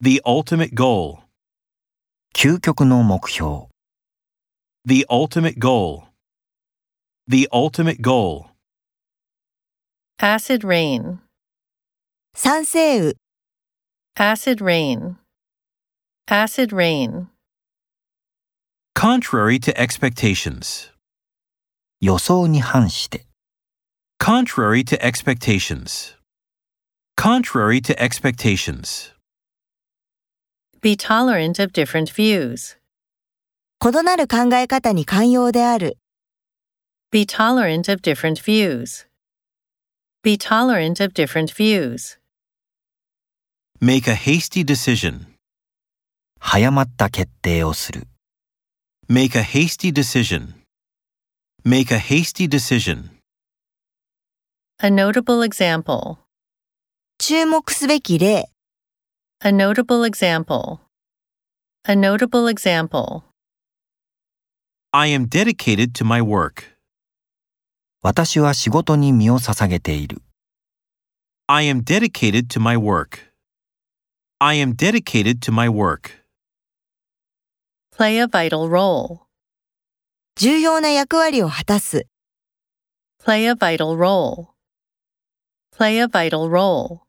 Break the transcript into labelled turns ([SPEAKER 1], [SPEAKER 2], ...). [SPEAKER 1] The ultimate goal.
[SPEAKER 2] 究極の目標
[SPEAKER 1] The ultimate goal. The ultimate goal.
[SPEAKER 3] Acid rain.
[SPEAKER 4] 酸性雨、
[SPEAKER 3] Acid rain. Acid rain.
[SPEAKER 1] Contrary to expectations.
[SPEAKER 2] 予想に反して
[SPEAKER 1] Contrary to expectations. Contrary to expectations.
[SPEAKER 3] Be tolerant of different views.
[SPEAKER 4] 異なる考え方に寛容である。
[SPEAKER 3] Be tolerant of different views. Be tolerant of different views.
[SPEAKER 1] Make a hasty decision.
[SPEAKER 2] 早まった決定をする
[SPEAKER 1] Make a hasty decision. Make a hasty decision.
[SPEAKER 3] A notable example.
[SPEAKER 4] 注目すべき例、
[SPEAKER 3] A notable example. A notable example.
[SPEAKER 1] I am dedicated to my work.
[SPEAKER 2] 私は仕事に身を捧げている
[SPEAKER 1] I am dedicated to my work. I am dedicated to my work.
[SPEAKER 3] Play a vital role.
[SPEAKER 4] 重要な役割を果たす。
[SPEAKER 3] Play a vital role. Play a vital role.